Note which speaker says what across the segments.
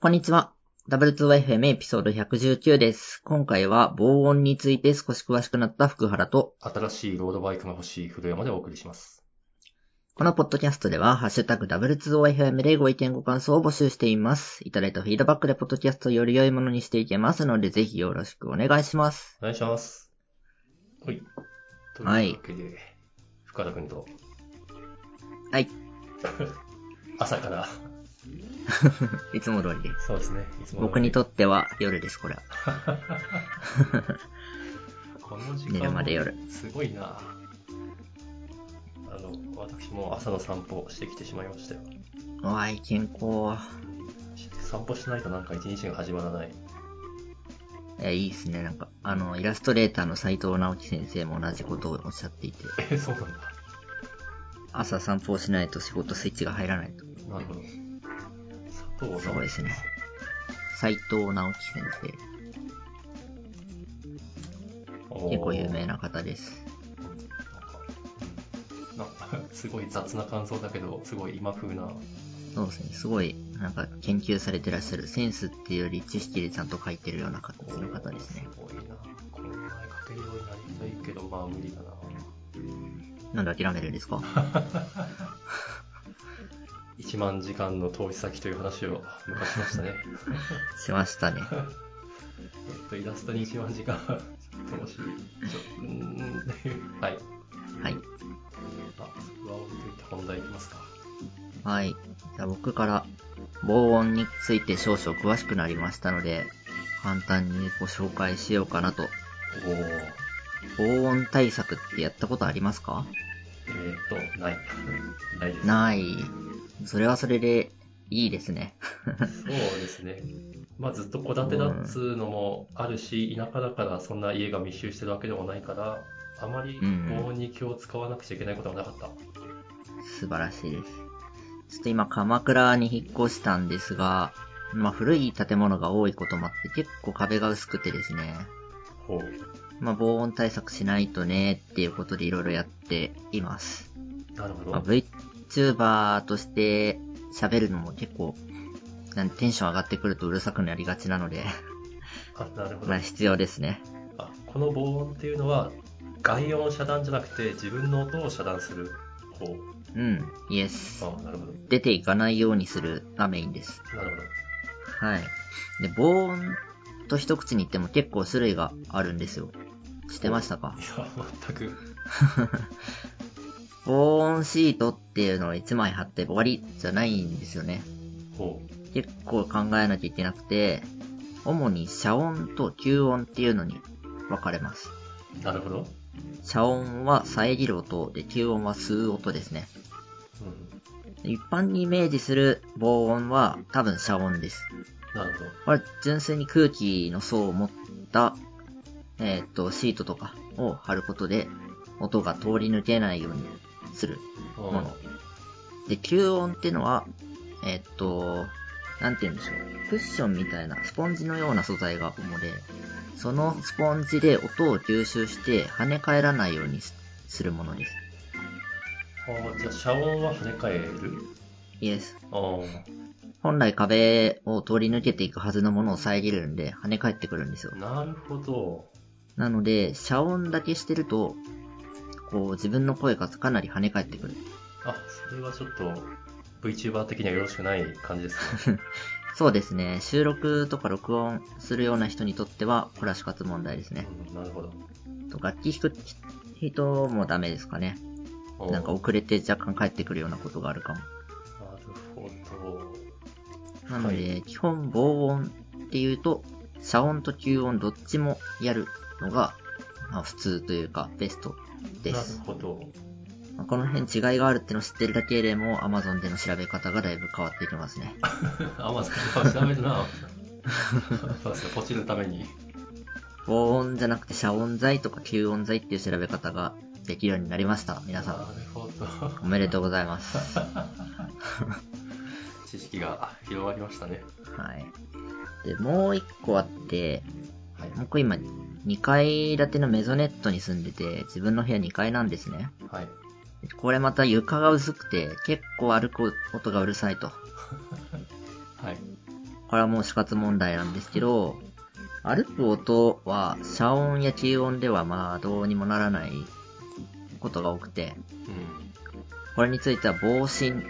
Speaker 1: こんにちは。W2YFM エピソード119です。今回は防音について少し詳しくなった福原と、
Speaker 2: 新しいロードバイクが欲しい古山でお送りします。
Speaker 1: このポッドキャストでは、ハッシュタグ W2OFM でご意見ご感想を募集しています。いただいたフィードバックでポッドキャストをより良いものにしていけますので、ぜひよろしくお願いします。
Speaker 2: お願いします。はい。と
Speaker 1: はい
Speaker 2: いうわけで、深田君と
Speaker 1: はい。
Speaker 2: 朝から、
Speaker 1: いつも通りです。
Speaker 2: そうですね、いつも
Speaker 1: 僕に
Speaker 2: と
Speaker 1: とっては夜です、これは。
Speaker 2: この時間
Speaker 1: 寝るまで夜。
Speaker 2: すごいなあの、私も朝の散歩してきてしまいましたよ。
Speaker 1: おい、健康。
Speaker 2: 散歩しないとなんか一日が始まらない。
Speaker 1: え、いいですね。なんか、あの、イラストレーターの斉藤直樹先生も同じことをおっしゃっていて、
Speaker 2: え、そうなんだ。
Speaker 1: 朝散歩をしないと仕事スイッチが入らないと。
Speaker 2: なるほど。佐藤
Speaker 1: すごいですね。斉藤直樹先生。結
Speaker 2: 結
Speaker 1: 構有名な方です。
Speaker 2: なんか、なんかすごい雑な感想だけど、すごい今風な。
Speaker 1: そうですね。すごい、なんか研究されてらっしゃる、センスっていうより知識でちゃんと書いてるような形の方ですね。
Speaker 2: すごいな。こんなに書けるようになりたいけど、まあ無理だな。
Speaker 1: なんで諦めるんですか
Speaker 2: 1万時間の投資先という話を昔しましたね。
Speaker 1: しましたね。
Speaker 2: えっと、イラストに1万時間投資。ちょうーんはい。
Speaker 1: はい。
Speaker 2: あ、そこは置いといて本題いきますか。
Speaker 1: はい。じゃあ僕から、防音について少々詳しくなりましたので、簡単にご紹介しようかなと。
Speaker 2: おお。えーっ
Speaker 1: 防音対策ってやったことありますか
Speaker 2: と、ない。ないです。
Speaker 1: ない。それはそれで、いいですね。
Speaker 2: そうですね。まあずっと戸建てだっつうのもあるし、田舎だからそんな家が密集してるわけでもないから、あまり
Speaker 1: うん
Speaker 2: 防音に気を使わなくちゃいけないことはなかった。
Speaker 1: 素晴らしいです。ちょっと今、鎌倉に引っ越したんですが、まあ、古い建物が多いこともあって、結構壁が薄くてですね、
Speaker 2: ほう。
Speaker 1: まあ、防音対策しないとね、っていうことでいろいろやっています。
Speaker 2: なるほど。
Speaker 1: まあ、VTuber として喋るのも結構、なんテンション上がってくるとうるさくなりがちなので、
Speaker 2: あ、なるほど
Speaker 1: まあ、。必要ですね。
Speaker 2: あ、この防音っていうのは、外音遮断じゃなくて、自分の音を遮断する方。
Speaker 1: うん、イエス。
Speaker 2: あ、なるほど。
Speaker 1: 出ていかないようにするがメインです。
Speaker 2: なるほど。
Speaker 1: はい。で、防音と一口に言っても結構種類があるんですよ。知ってましたか
Speaker 2: いや、全く。
Speaker 1: 防音シートっていうのを1枚貼って終わりじゃないんですよね。
Speaker 2: ほ
Speaker 1: 結構考えなきゃいけなくて、主に遮音と吸音っていうのに分かれます。
Speaker 2: う。なるほど。
Speaker 1: 遮音は遮る音で吸音は吸う音ですね。
Speaker 2: うん。
Speaker 1: 一般にイメージする防音は多分遮音です。
Speaker 2: なるほど。
Speaker 1: これ純粋に空気の層を持った、えーっと、シートとかを貼ることで、音が通り抜けないようにするも
Speaker 2: うん
Speaker 1: の。で、吸音ってのは、えーっと、なんて言うんでしょう。クッションみたいな、スポンジのような素材が主で、そのスポンジで音を吸収して跳ね返らないようにすするものです。
Speaker 2: あじゃあ、遮音は跳ね返る
Speaker 1: イエス。
Speaker 2: あ
Speaker 1: 本来壁を通り抜けていくはずのものを遮るんで、跳ね返ってくるんですよ
Speaker 2: あ、。なるほど。
Speaker 1: なので、遮音だけしてると、こう自分の声がかなり跳ね返ってくる。
Speaker 2: あ、それはちょっと VTuber 的にはよろしくない感じですね。
Speaker 1: そうですね。収録とか録音するような人にとっては、これは死活問題ですね。
Speaker 2: うん、なるほど。
Speaker 1: と楽器弾く人もダメですかね。
Speaker 2: おー
Speaker 1: なんか
Speaker 2: なる
Speaker 1: 遅れて若干帰ってくるようなことがあるかも。
Speaker 2: ほど。
Speaker 1: なので、
Speaker 2: は
Speaker 1: 基本防音っていうと、遮音と吸音どっちもやるのが、まあ、普通というかベストで
Speaker 2: なる
Speaker 1: す。
Speaker 2: ほど。
Speaker 1: まあこの辺違いがあるってのを知ってるだけでも Amazon での調べ方がだいぶ変わってきますね。
Speaker 2: あ、まず、調べるな。そうですね、ポチるために。
Speaker 1: 防音じゃなくて遮音材とか吸音材っていう調べ方ができるようになりました。皆
Speaker 2: なる
Speaker 1: さ
Speaker 2: ほ
Speaker 1: ん、お
Speaker 2: ど。
Speaker 1: めでとうございます。は
Speaker 2: 知識が広がりましたね。
Speaker 1: い。で、もう一個あって、
Speaker 2: はい。
Speaker 1: 僕今2階建てのメゾネットに住んでて、自分の部屋2階なんですね。
Speaker 2: はい。
Speaker 1: これまた床が薄くて、結構歩く音がうるさいと。
Speaker 2: はい。
Speaker 1: これはもう死活問題なんですけど、歩く音は遮音や吸音ではまあどうにもならないことが多くて、
Speaker 2: うん。
Speaker 1: これについては防振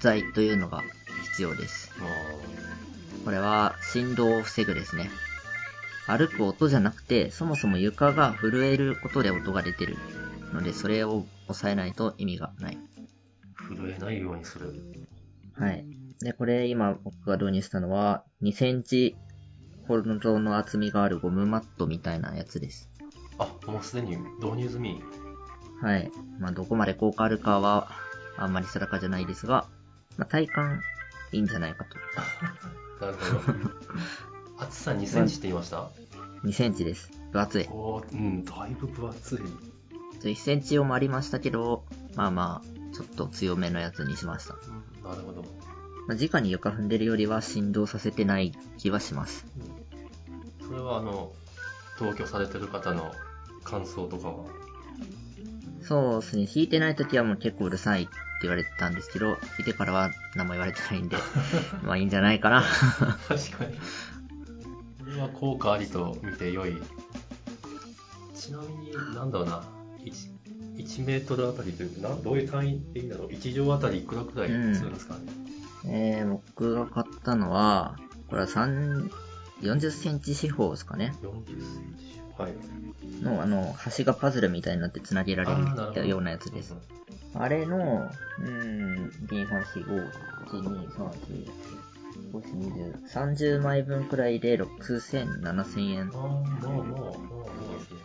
Speaker 1: 剤というのが必要です。
Speaker 2: あ
Speaker 1: これは振動を防ぐですね。歩く音じゃなくて、そもそも床が震えることで音が出てるので、それを抑えないと意味がない。
Speaker 2: あ、震えないようにする。
Speaker 1: はい。で、これ今僕が導入したのは、2センチほどの厚みがあるゴムマットみたいなやつです。
Speaker 2: あ、もうすでに導入済み。
Speaker 1: はい。まあ、どこまで効果あるかは、あんまり定かじゃないですが、まあ、体感、いいんじゃないか
Speaker 2: な るほど。厚さ2センチって言いました、
Speaker 1: と。2センチです。分厚い。
Speaker 2: おーうん、だいぶ分厚い。
Speaker 1: 1センチ用もありましたけど、まあまあ、ちょっと強めのやつにしました。
Speaker 2: うんなるほど。
Speaker 1: まあ、直に床踏んでるよりは振動させてない気はします。
Speaker 2: それはあの、同居されてる方の感想とかは。
Speaker 1: そうですね、弾いてない時はもう結構うるさいって言われてたんですけど、弾いてからは何も言われてないん で、まあいいんじゃないかな。
Speaker 2: 確かに。これは効果ありと見て良い。ちなみに、なんだろうな、1, 1メートルあたりというか、などういう単位でいいんだろう、1畳あたりいくらくらいするんですかね。
Speaker 1: えー、僕が買ったのは、これは3、40センチ四方ですかね。
Speaker 2: 40センチ。はい。
Speaker 1: の、あの、端がパズルみたいになって繋げられ
Speaker 2: あーなるほど
Speaker 1: るようなやつです。あれの、うーん、2、3、4、5、1、2、3、4、5、20、30枚分くらいで6000、7000円
Speaker 2: あ。あ、もう、もう、もう、もうですね。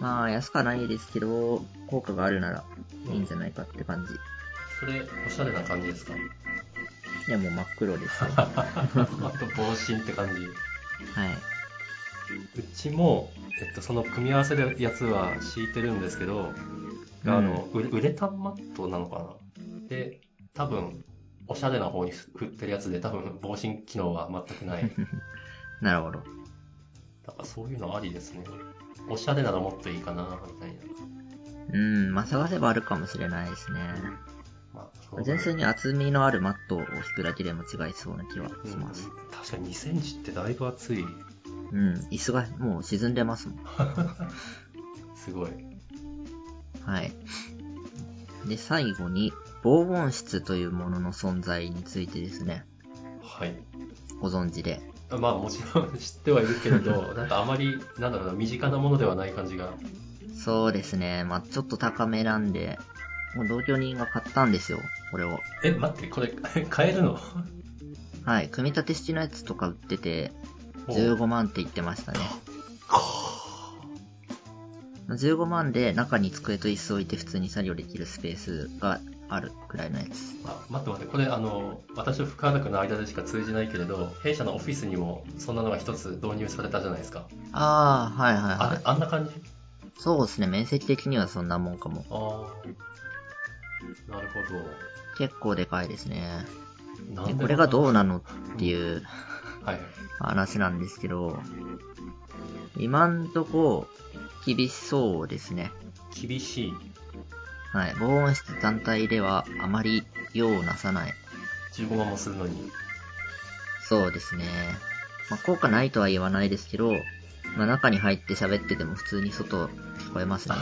Speaker 1: まあ、安くはないですけど、効果があるならいいんじゃ
Speaker 2: な
Speaker 1: な
Speaker 2: い
Speaker 1: いかって感じ。
Speaker 2: それ、おしゃれな感じ ですか
Speaker 1: いや、もう真っ黒ですよ。は
Speaker 2: あと、帽子って感じ。
Speaker 1: い。
Speaker 2: うちも、えっと、その組み合わせのやつは敷いてるんですけど、
Speaker 1: うん
Speaker 2: あのウレウレタンマットなのかなで多分おしゃれな方に振ってるやつで多分防振機能は全くない
Speaker 1: なるほど。
Speaker 2: だからそういうのありですねおしゃれならもっといいかなみたいな
Speaker 1: うん、まあ、探せばあるかもしれないですね。
Speaker 2: まあそう
Speaker 1: 純粋に厚みのあるマットを引くだけでも違いそうな気は
Speaker 2: うん
Speaker 1: します。
Speaker 2: 確かに2センチってだいぶ厚い
Speaker 1: うん、椅子がもう沈んでますもん。
Speaker 2: すごい
Speaker 1: はい。で、最後に、防音室というものの存在についてですね、
Speaker 2: はい
Speaker 1: ご存知で。
Speaker 2: まあもちろん 知ってはいるけ れどなんかあまりなんだろうな身近なものではない感じが
Speaker 1: そうですね、まあちょっと高めなんで、もう同居人が買ったんですよ、これを。
Speaker 2: え待ってこれ買えるの
Speaker 1: はい、組み立て式のやつとか売ってて、15万って言ってましたね。15万で中に机と椅子置いて普通に作業できるスペースがあるくらいのやつ。
Speaker 2: あ待って待ってこれあの私と深原君の間でしか通じないけれど弊社のオフィスにもそんなのが一つ導入されたじゃないですか
Speaker 1: ああ、はいはい
Speaker 2: あ
Speaker 1: は
Speaker 2: れあんな感じ
Speaker 1: い。そうですね、面積的にはそんなもんかも。
Speaker 2: ああなるほ
Speaker 1: 結構でかいですね。
Speaker 2: ど
Speaker 1: でこれがどう
Speaker 2: な
Speaker 1: なのっていう
Speaker 2: はい
Speaker 1: 話なんですけど、今んとこ厳しそうですね。
Speaker 2: 厳しい
Speaker 1: はい、防音室単体ではあまり用をなさない。
Speaker 2: 15万もするのに
Speaker 1: そうですね。まあ、効果ないとは言わないですけど、まあ、中に入って喋ってても普通に外聞こえますね。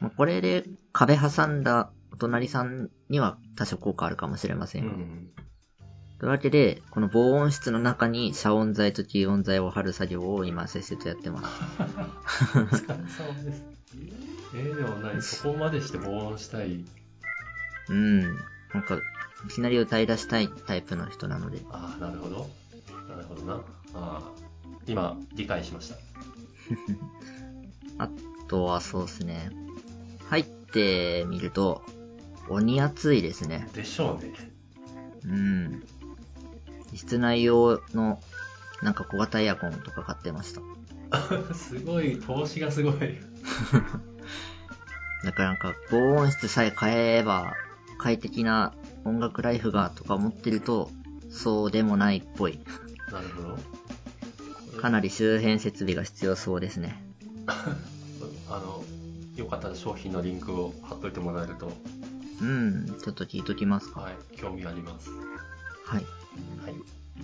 Speaker 1: まあ、これで壁挟んだお隣さんには多少効果あるかもしれませ
Speaker 2: うん
Speaker 1: が。
Speaker 2: ん
Speaker 1: というわけで、この防音室の中に遮音材と吸音材を貼る作業を今せっせとやってます。
Speaker 2: お疲れ様ですえー、でもないそこまでして防音したい
Speaker 1: うん。なんか、いきなり歌い出したいタイプの人なので。
Speaker 2: ああなるほどなるほどなあー今理解しました
Speaker 1: あとはそうですね。入ってみると、鬼熱いですね。
Speaker 2: でしょうね
Speaker 1: うん。室内用の、なんか小型エアコンとか買ってました。
Speaker 2: すごい、投資がすごい。
Speaker 1: だからなんか、防音室さえ買えば、快適な音楽ライフがとか思ってると、そうでもないっぽい。
Speaker 2: なるほど。
Speaker 1: かなり周辺設備が必要そうですね。
Speaker 2: あの、よかったら商品のリンクを貼っといてもらえると、
Speaker 1: うん、ちょっと聞いときますか。
Speaker 2: はい、興味あります。
Speaker 1: はい。
Speaker 2: はい。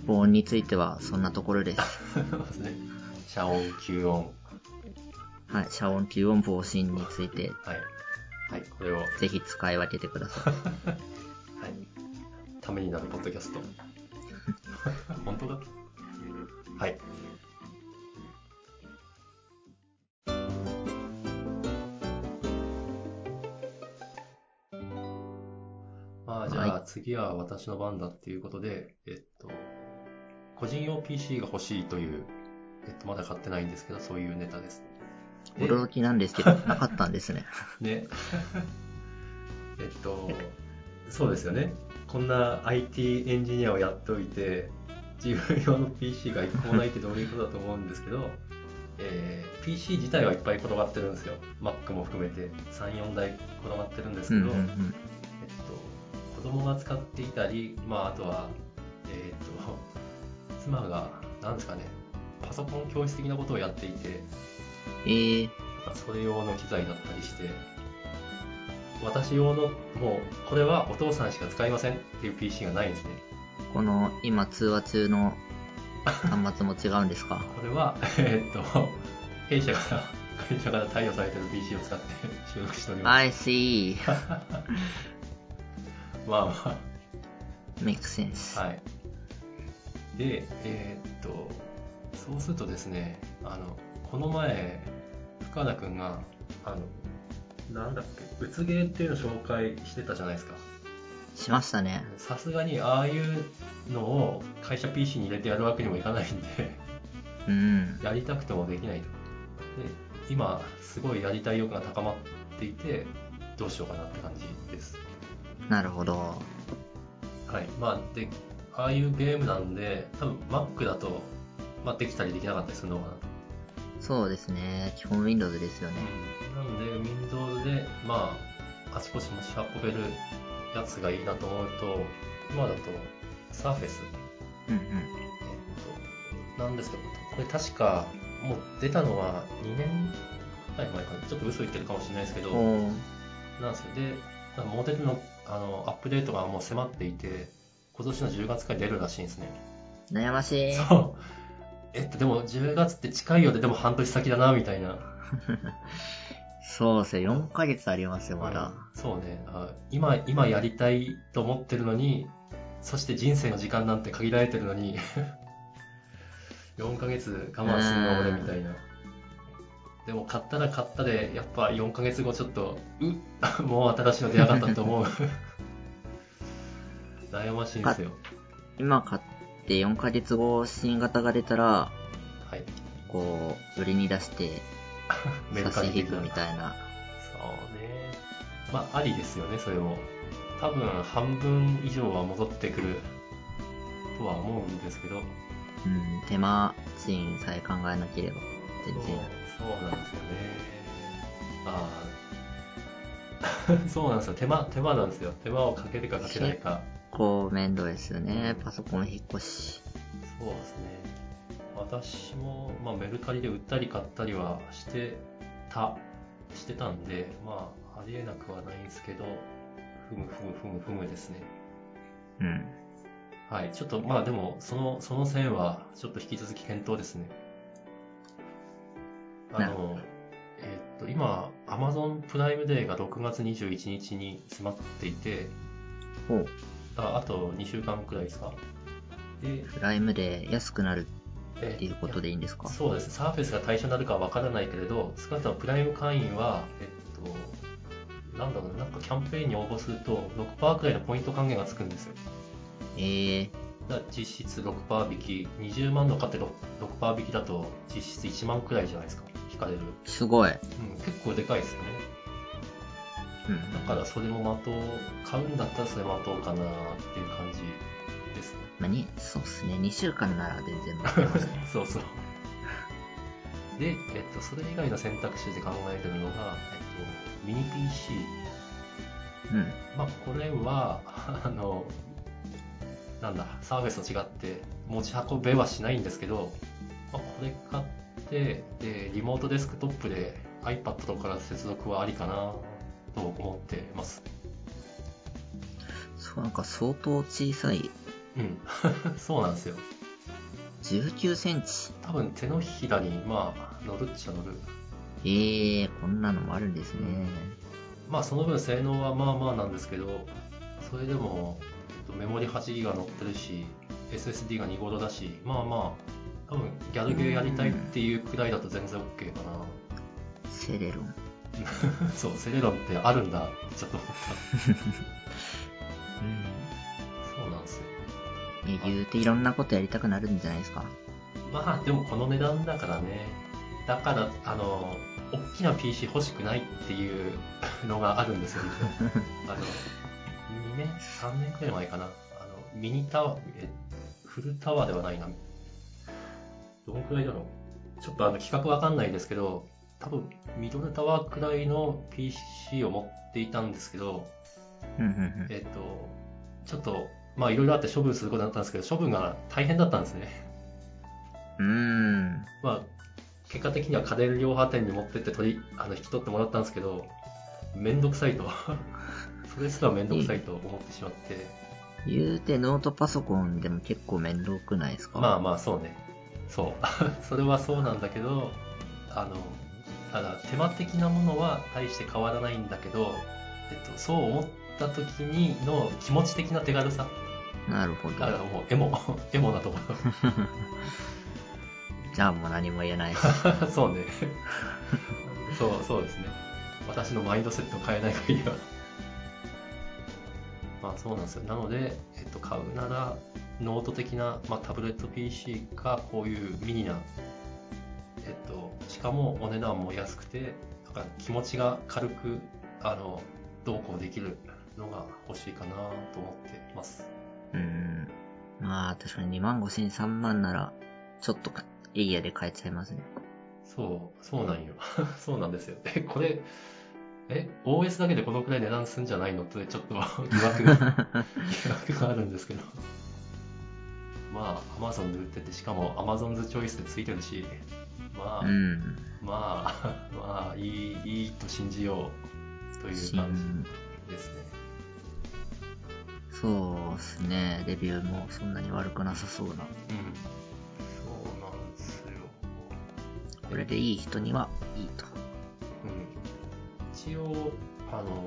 Speaker 1: 防音についてはそんなところです。
Speaker 2: そうですね。遮音、吸音。
Speaker 1: はい、遮音、吸音、防振について、
Speaker 2: はい。はい、これを、はい。
Speaker 1: ぜひ使い分けてください。
Speaker 2: ためになるポッドキャスト。 本当だはい。まあ、じゃあ次は私の番だっていうことで、えっと、個人用 PC が欲しいという、えっと、まだ買ってないんですけど、そういうネタです。で
Speaker 1: 驚きなん ですけど、なかったんですね。
Speaker 2: ね。 えっと、そうですよね。こんな IT エンジニアをやっておいて、自分用の PC が一個もないってどういうことだと思うんですけど、えー PC 自体はいっぱい転がってるんですよ。Mac も含めて3、4台転がってるんです
Speaker 1: うん
Speaker 2: け
Speaker 1: う
Speaker 2: ど、
Speaker 1: んうん。
Speaker 2: えっと、子供が使っていたり、まあ、あとは、えっと、妻が、なんですかね、パソコン教室的なことをやっていて、
Speaker 1: えー、
Speaker 2: まあそれ用の機材だったりして、私用の、もう、これはお父さんしか使いませんっていう PC がないんですね。
Speaker 1: この今通話中の端末も違うんですか
Speaker 2: これは、 えっと、 弊社から、会社から貸与されてる PC を使って収録しております。
Speaker 1: ?I see.
Speaker 2: まあま
Speaker 1: Makes sense.
Speaker 2: あ、はい。で、えーっと、そうするとですね、あの、この前、深田くんが、あの、なんだっけ、うつゲーっていうのを紹介してたじゃないですか。
Speaker 1: しましたね。
Speaker 2: さすがに、ああいうのを会社 PC に入れてやるわけにもいかないんで、
Speaker 1: うん。
Speaker 2: やりたくてもできないと。で、今、すごいやりたい欲が高まっていて、どうしようかなって感じです。
Speaker 1: なるほど。
Speaker 2: はい。まあ、で、ああいうゲームなんで、多分 Mac だと、まあ、できたりできなかったりするのかなと。
Speaker 1: そうですね。基本 Windows ですよね。
Speaker 2: なんで、Windows で、まあ、あちこち持ち運べるやつがいいなと思うと、今だと、Surface。
Speaker 1: うん
Speaker 2: えっと、なんですけど、これ確か、もう出たのは2年ぐらい前かな。ちょっと嘘言ってるかもしれないですけど、
Speaker 1: うん。おー
Speaker 2: なんですよ。で、なんかモデルのあのアップデートがもう迫っていて、今年の10月から出るらしいんですね。
Speaker 1: 悩ましい。
Speaker 2: そう。えっと、でも10月って近いようで、でも半年先だな、みたいな。
Speaker 1: そうですね。4ヶ月ありますよ、まだ。
Speaker 2: そうね。あ今、今やりたいと思ってるのに、そして人生の時間なんて限られてるのに、4ヶ月我慢するの俺みたいな。でも買ったら買ったで、やっぱ4ヶ月後ちょっと、う もう新しいの出やがったと思う。 悩ましいんですよ。
Speaker 1: 今買って4ヶ月後、新型が出たら、
Speaker 2: はい。
Speaker 1: こう、売りに出して、
Speaker 2: メル
Speaker 1: 差
Speaker 2: カリ
Speaker 1: し引
Speaker 2: 的
Speaker 1: く
Speaker 2: な
Speaker 1: みたいな。
Speaker 2: そうね。まあ、ありですよね、それも。多分、半分以上は戻ってくるとは思うんですけど、
Speaker 1: うん、手間賃さえ考えなければ、
Speaker 2: そ
Speaker 1: 全
Speaker 2: う
Speaker 1: 然。
Speaker 2: そうなんですよね。ああ、 そうなんですよ。手間、手間なんですよ。手間をかけるかかけないか。
Speaker 1: こう、面倒ですよね。パソコン引っ越し。
Speaker 2: そうですね。私も、まあ、メルカリで売ったり買ったりはしてた、してたんで、まあ、ありえなくはないんですけど、ふむふむふむふむですね。
Speaker 1: うん。
Speaker 2: はい、ちょっとまあでも、その、その線は、ちょっと引き続き検討ですね。あ
Speaker 1: なる
Speaker 2: の、えーっと、今、Amazon プライムデーが6月21日に迫っていて、
Speaker 1: ほう。
Speaker 2: ああと2週間くらいですか。で、
Speaker 1: プライムで安くなる
Speaker 2: え
Speaker 1: っていうことでいいんですか
Speaker 2: そうです。サーフェスが対象になるかはわからないけれど、少なくともプライム会員は、えっと、なんだろうな、なんかキャンペーンに応募すると、6%くらいのポイント還元がつくんですよ。
Speaker 1: ええ
Speaker 2: だから実質6%引き、20万の買って6 6%引きだと実質1万くらいじゃないですか、引かれる。
Speaker 1: すごい。
Speaker 2: うん、結構でかいですよね。
Speaker 1: うん。
Speaker 2: だからそれもまとう、買うんだったらそれまとうかなっていう感じですね。
Speaker 1: まあ、に、そうっすね。2週間なら全然待って ますね。
Speaker 2: そうそう。で、えっと、それ以外の選択肢で考えてるのが、えっと、ミニ PC。
Speaker 1: うん。
Speaker 2: まあ、これは、 あの、なんだ、サーフェスと違って持ち運べはしないんですけど、まあ、これ買って、で、リモートデスクトップで iPad とかから接続はありかなと思ってます。
Speaker 1: そう、なんか相当小さい
Speaker 2: うん。 そうなんですよ。
Speaker 1: 19センチ。
Speaker 2: 多分手のひらに、まあ、乗るっちゃ乗る。
Speaker 1: ええー、こんなのもあるんですね。
Speaker 2: まあ、その分性能はまあまあなんですけど、それでも、えっとメモリ8ギガ乗ってるし、SSD が2ごろだし、まあまあ、多分ギャルゲーやりたいっていうくらいだと全然 OK かな。
Speaker 1: セレロン。
Speaker 2: そう、セレロンってあるんだってちょっと思っ
Speaker 1: う
Speaker 2: た。そうなんですよ。
Speaker 1: ん。いや、言うていろんなことやりたくなるんじゃないですか。
Speaker 2: まあ、でもこの値段だからね。だから、あの、大きな PC 欲しくないっていうのがあるんですよ、実はあの、2年、3年くらい前かな。あの、ミニタワー、え、フルタワーではないな。どのくらいだろう。ちょっとあの、企画わかんないですけど、多分、ミドルタワーくらいの PC を持っていたんですけど、
Speaker 1: うん、うん、うん。
Speaker 2: えっと、ちょっと、まあいろいろあって処分することになったんですけど、処分が大変だったんですね。
Speaker 1: うーん。
Speaker 2: まあ、結果的には家電量販店に持ってって取りあの引き取ってもらったんですけど、めんどくさいと、 それすらめんどくさいと思ってしまって、
Speaker 1: 言うてノートパソコンでも結構面倒くないですか
Speaker 2: まあまあ、そうね、そう、 それはそうなんだけど、あのただ、手間的なものは大して変わらないんだけど、えっと、そう思った時にの気持ち的な手軽さ、
Speaker 1: なるほど
Speaker 2: だ。からもうエモ、 エモなところ。
Speaker 1: じゃあもう何も言えないし。
Speaker 2: そうね。そう、そうですね。私のマインドセットを変えない限りは。まあそうなんですよ。なので、えっと、買うなら、ノート的な、まあ、タブレット PC か、こういうミニな、えっと、しかもお値段も安くて、なんか気持ちが軽く、あの、どうこうできるのが欲しいかなと思ってます。
Speaker 1: うーん。まあ、確かに2万5千3万なら、ちょっとかエリアで買えちゃいますね。
Speaker 2: そう、そうなんよ。 そうなんですよ。え、これ、え、OS だけでこのくらい値段すんじゃないのって、ちょっと 疑惑が、疑惑があるんですけど。まあ、Amazon で売ってて、しかも Amazon's チョイスでついてるし、まあ、
Speaker 1: うん。
Speaker 2: まあ、 まあ、いい、いいと信じようという感
Speaker 1: 新
Speaker 2: じですね。
Speaker 1: そうっすね。レビューもそんなに悪くなさそうな。
Speaker 2: うん。そうなんですよ。
Speaker 1: これでいい人には、いいと。
Speaker 2: うん、一応あのなんだろう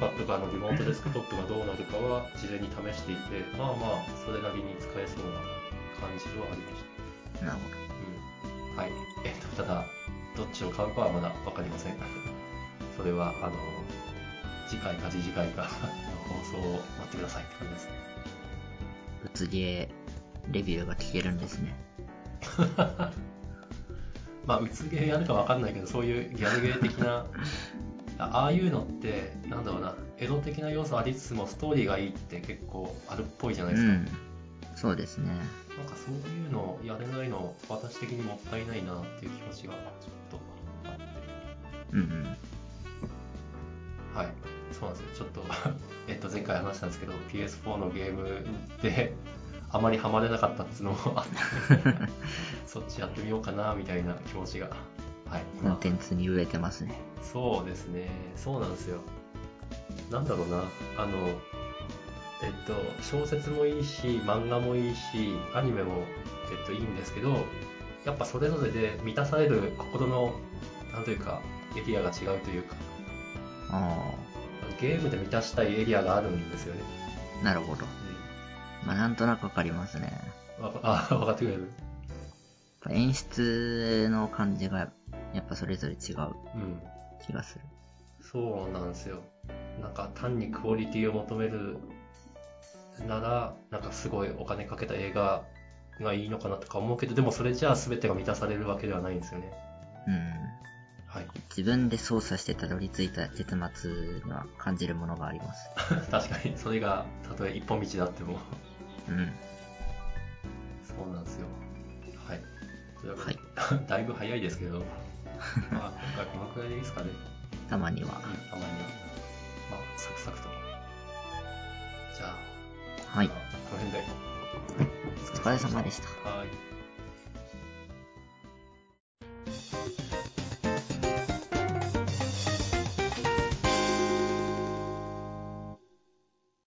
Speaker 2: な iPad かのリモートデスクトップがどうなるかは事前に試していてまあまあそれなりに使えそうな感じはありまし
Speaker 1: なるほ
Speaker 2: た、うん、はいえっとただどっちを買うかはまだ分かりませんそれはあの次回か次々回かの放送を待ってくださいって感じですね
Speaker 1: ど。物芸、レビューが聞けるんですね。
Speaker 2: まあ、うつゲーやるかわかんないけど、そういうギャルゲー的な、あああいうのって、なんだろうな、エロ的な要素ありつつも、ストーリーがいいって結構あるっぽいじゃないうですか。
Speaker 1: ん。そうですね。
Speaker 2: なんかそういうのやれないの、私的にもったいないなっていう気持ちがちょっとあって。
Speaker 1: うんうん。
Speaker 2: はい、そうなんですよ。ちょっと、 えっと、前回話したんですけど、PS4 のゲームで、あまりハマれなかったっていうのもあって、 そっちやってみようかな、みたいな気持ちが。はい、
Speaker 1: コンテンツに飢えてますね。
Speaker 2: そうですね、そうなんですよ。なんだろうな、あの、えっと、小説もいいし、漫画もいいし、アニメも、えっと、いいんですけど、やっぱそれぞれで満たされる心の、なんというか、エリアが違うというか、
Speaker 1: あ
Speaker 2: ゲームで満たしたいエリアがあるんですよね。
Speaker 1: あ。なるほど。まあ、なんとなくわかりますね。
Speaker 2: わかあ、分かってくれる
Speaker 1: やっぱ演出の感じが、やっぱそれぞれ違う
Speaker 2: うん。
Speaker 1: 気がする。
Speaker 2: そうなんですよ。なんか単にクオリティを求めるなら、なんかすごいお金かけた映画がいいのかなとか思うけど、でもそれじゃあ全てが満たされるわけではないんですよね。
Speaker 1: うん。
Speaker 2: はい。
Speaker 1: 自分で操作してたどり着いた結末には感じるものがあります。
Speaker 2: 確かに、それがたとえ一本道であっても。
Speaker 1: うん。
Speaker 2: そうなんですよ。はい。という
Speaker 1: は
Speaker 2: わけ
Speaker 1: い
Speaker 2: で。 だいぶ早いですけど、まあ今回このくらいでいいですかね。
Speaker 1: たまには。
Speaker 2: たまには。まあ、サクサクと。じゃあ、
Speaker 1: はい。
Speaker 2: この辺で。
Speaker 1: お疲れ様でした。
Speaker 2: はい。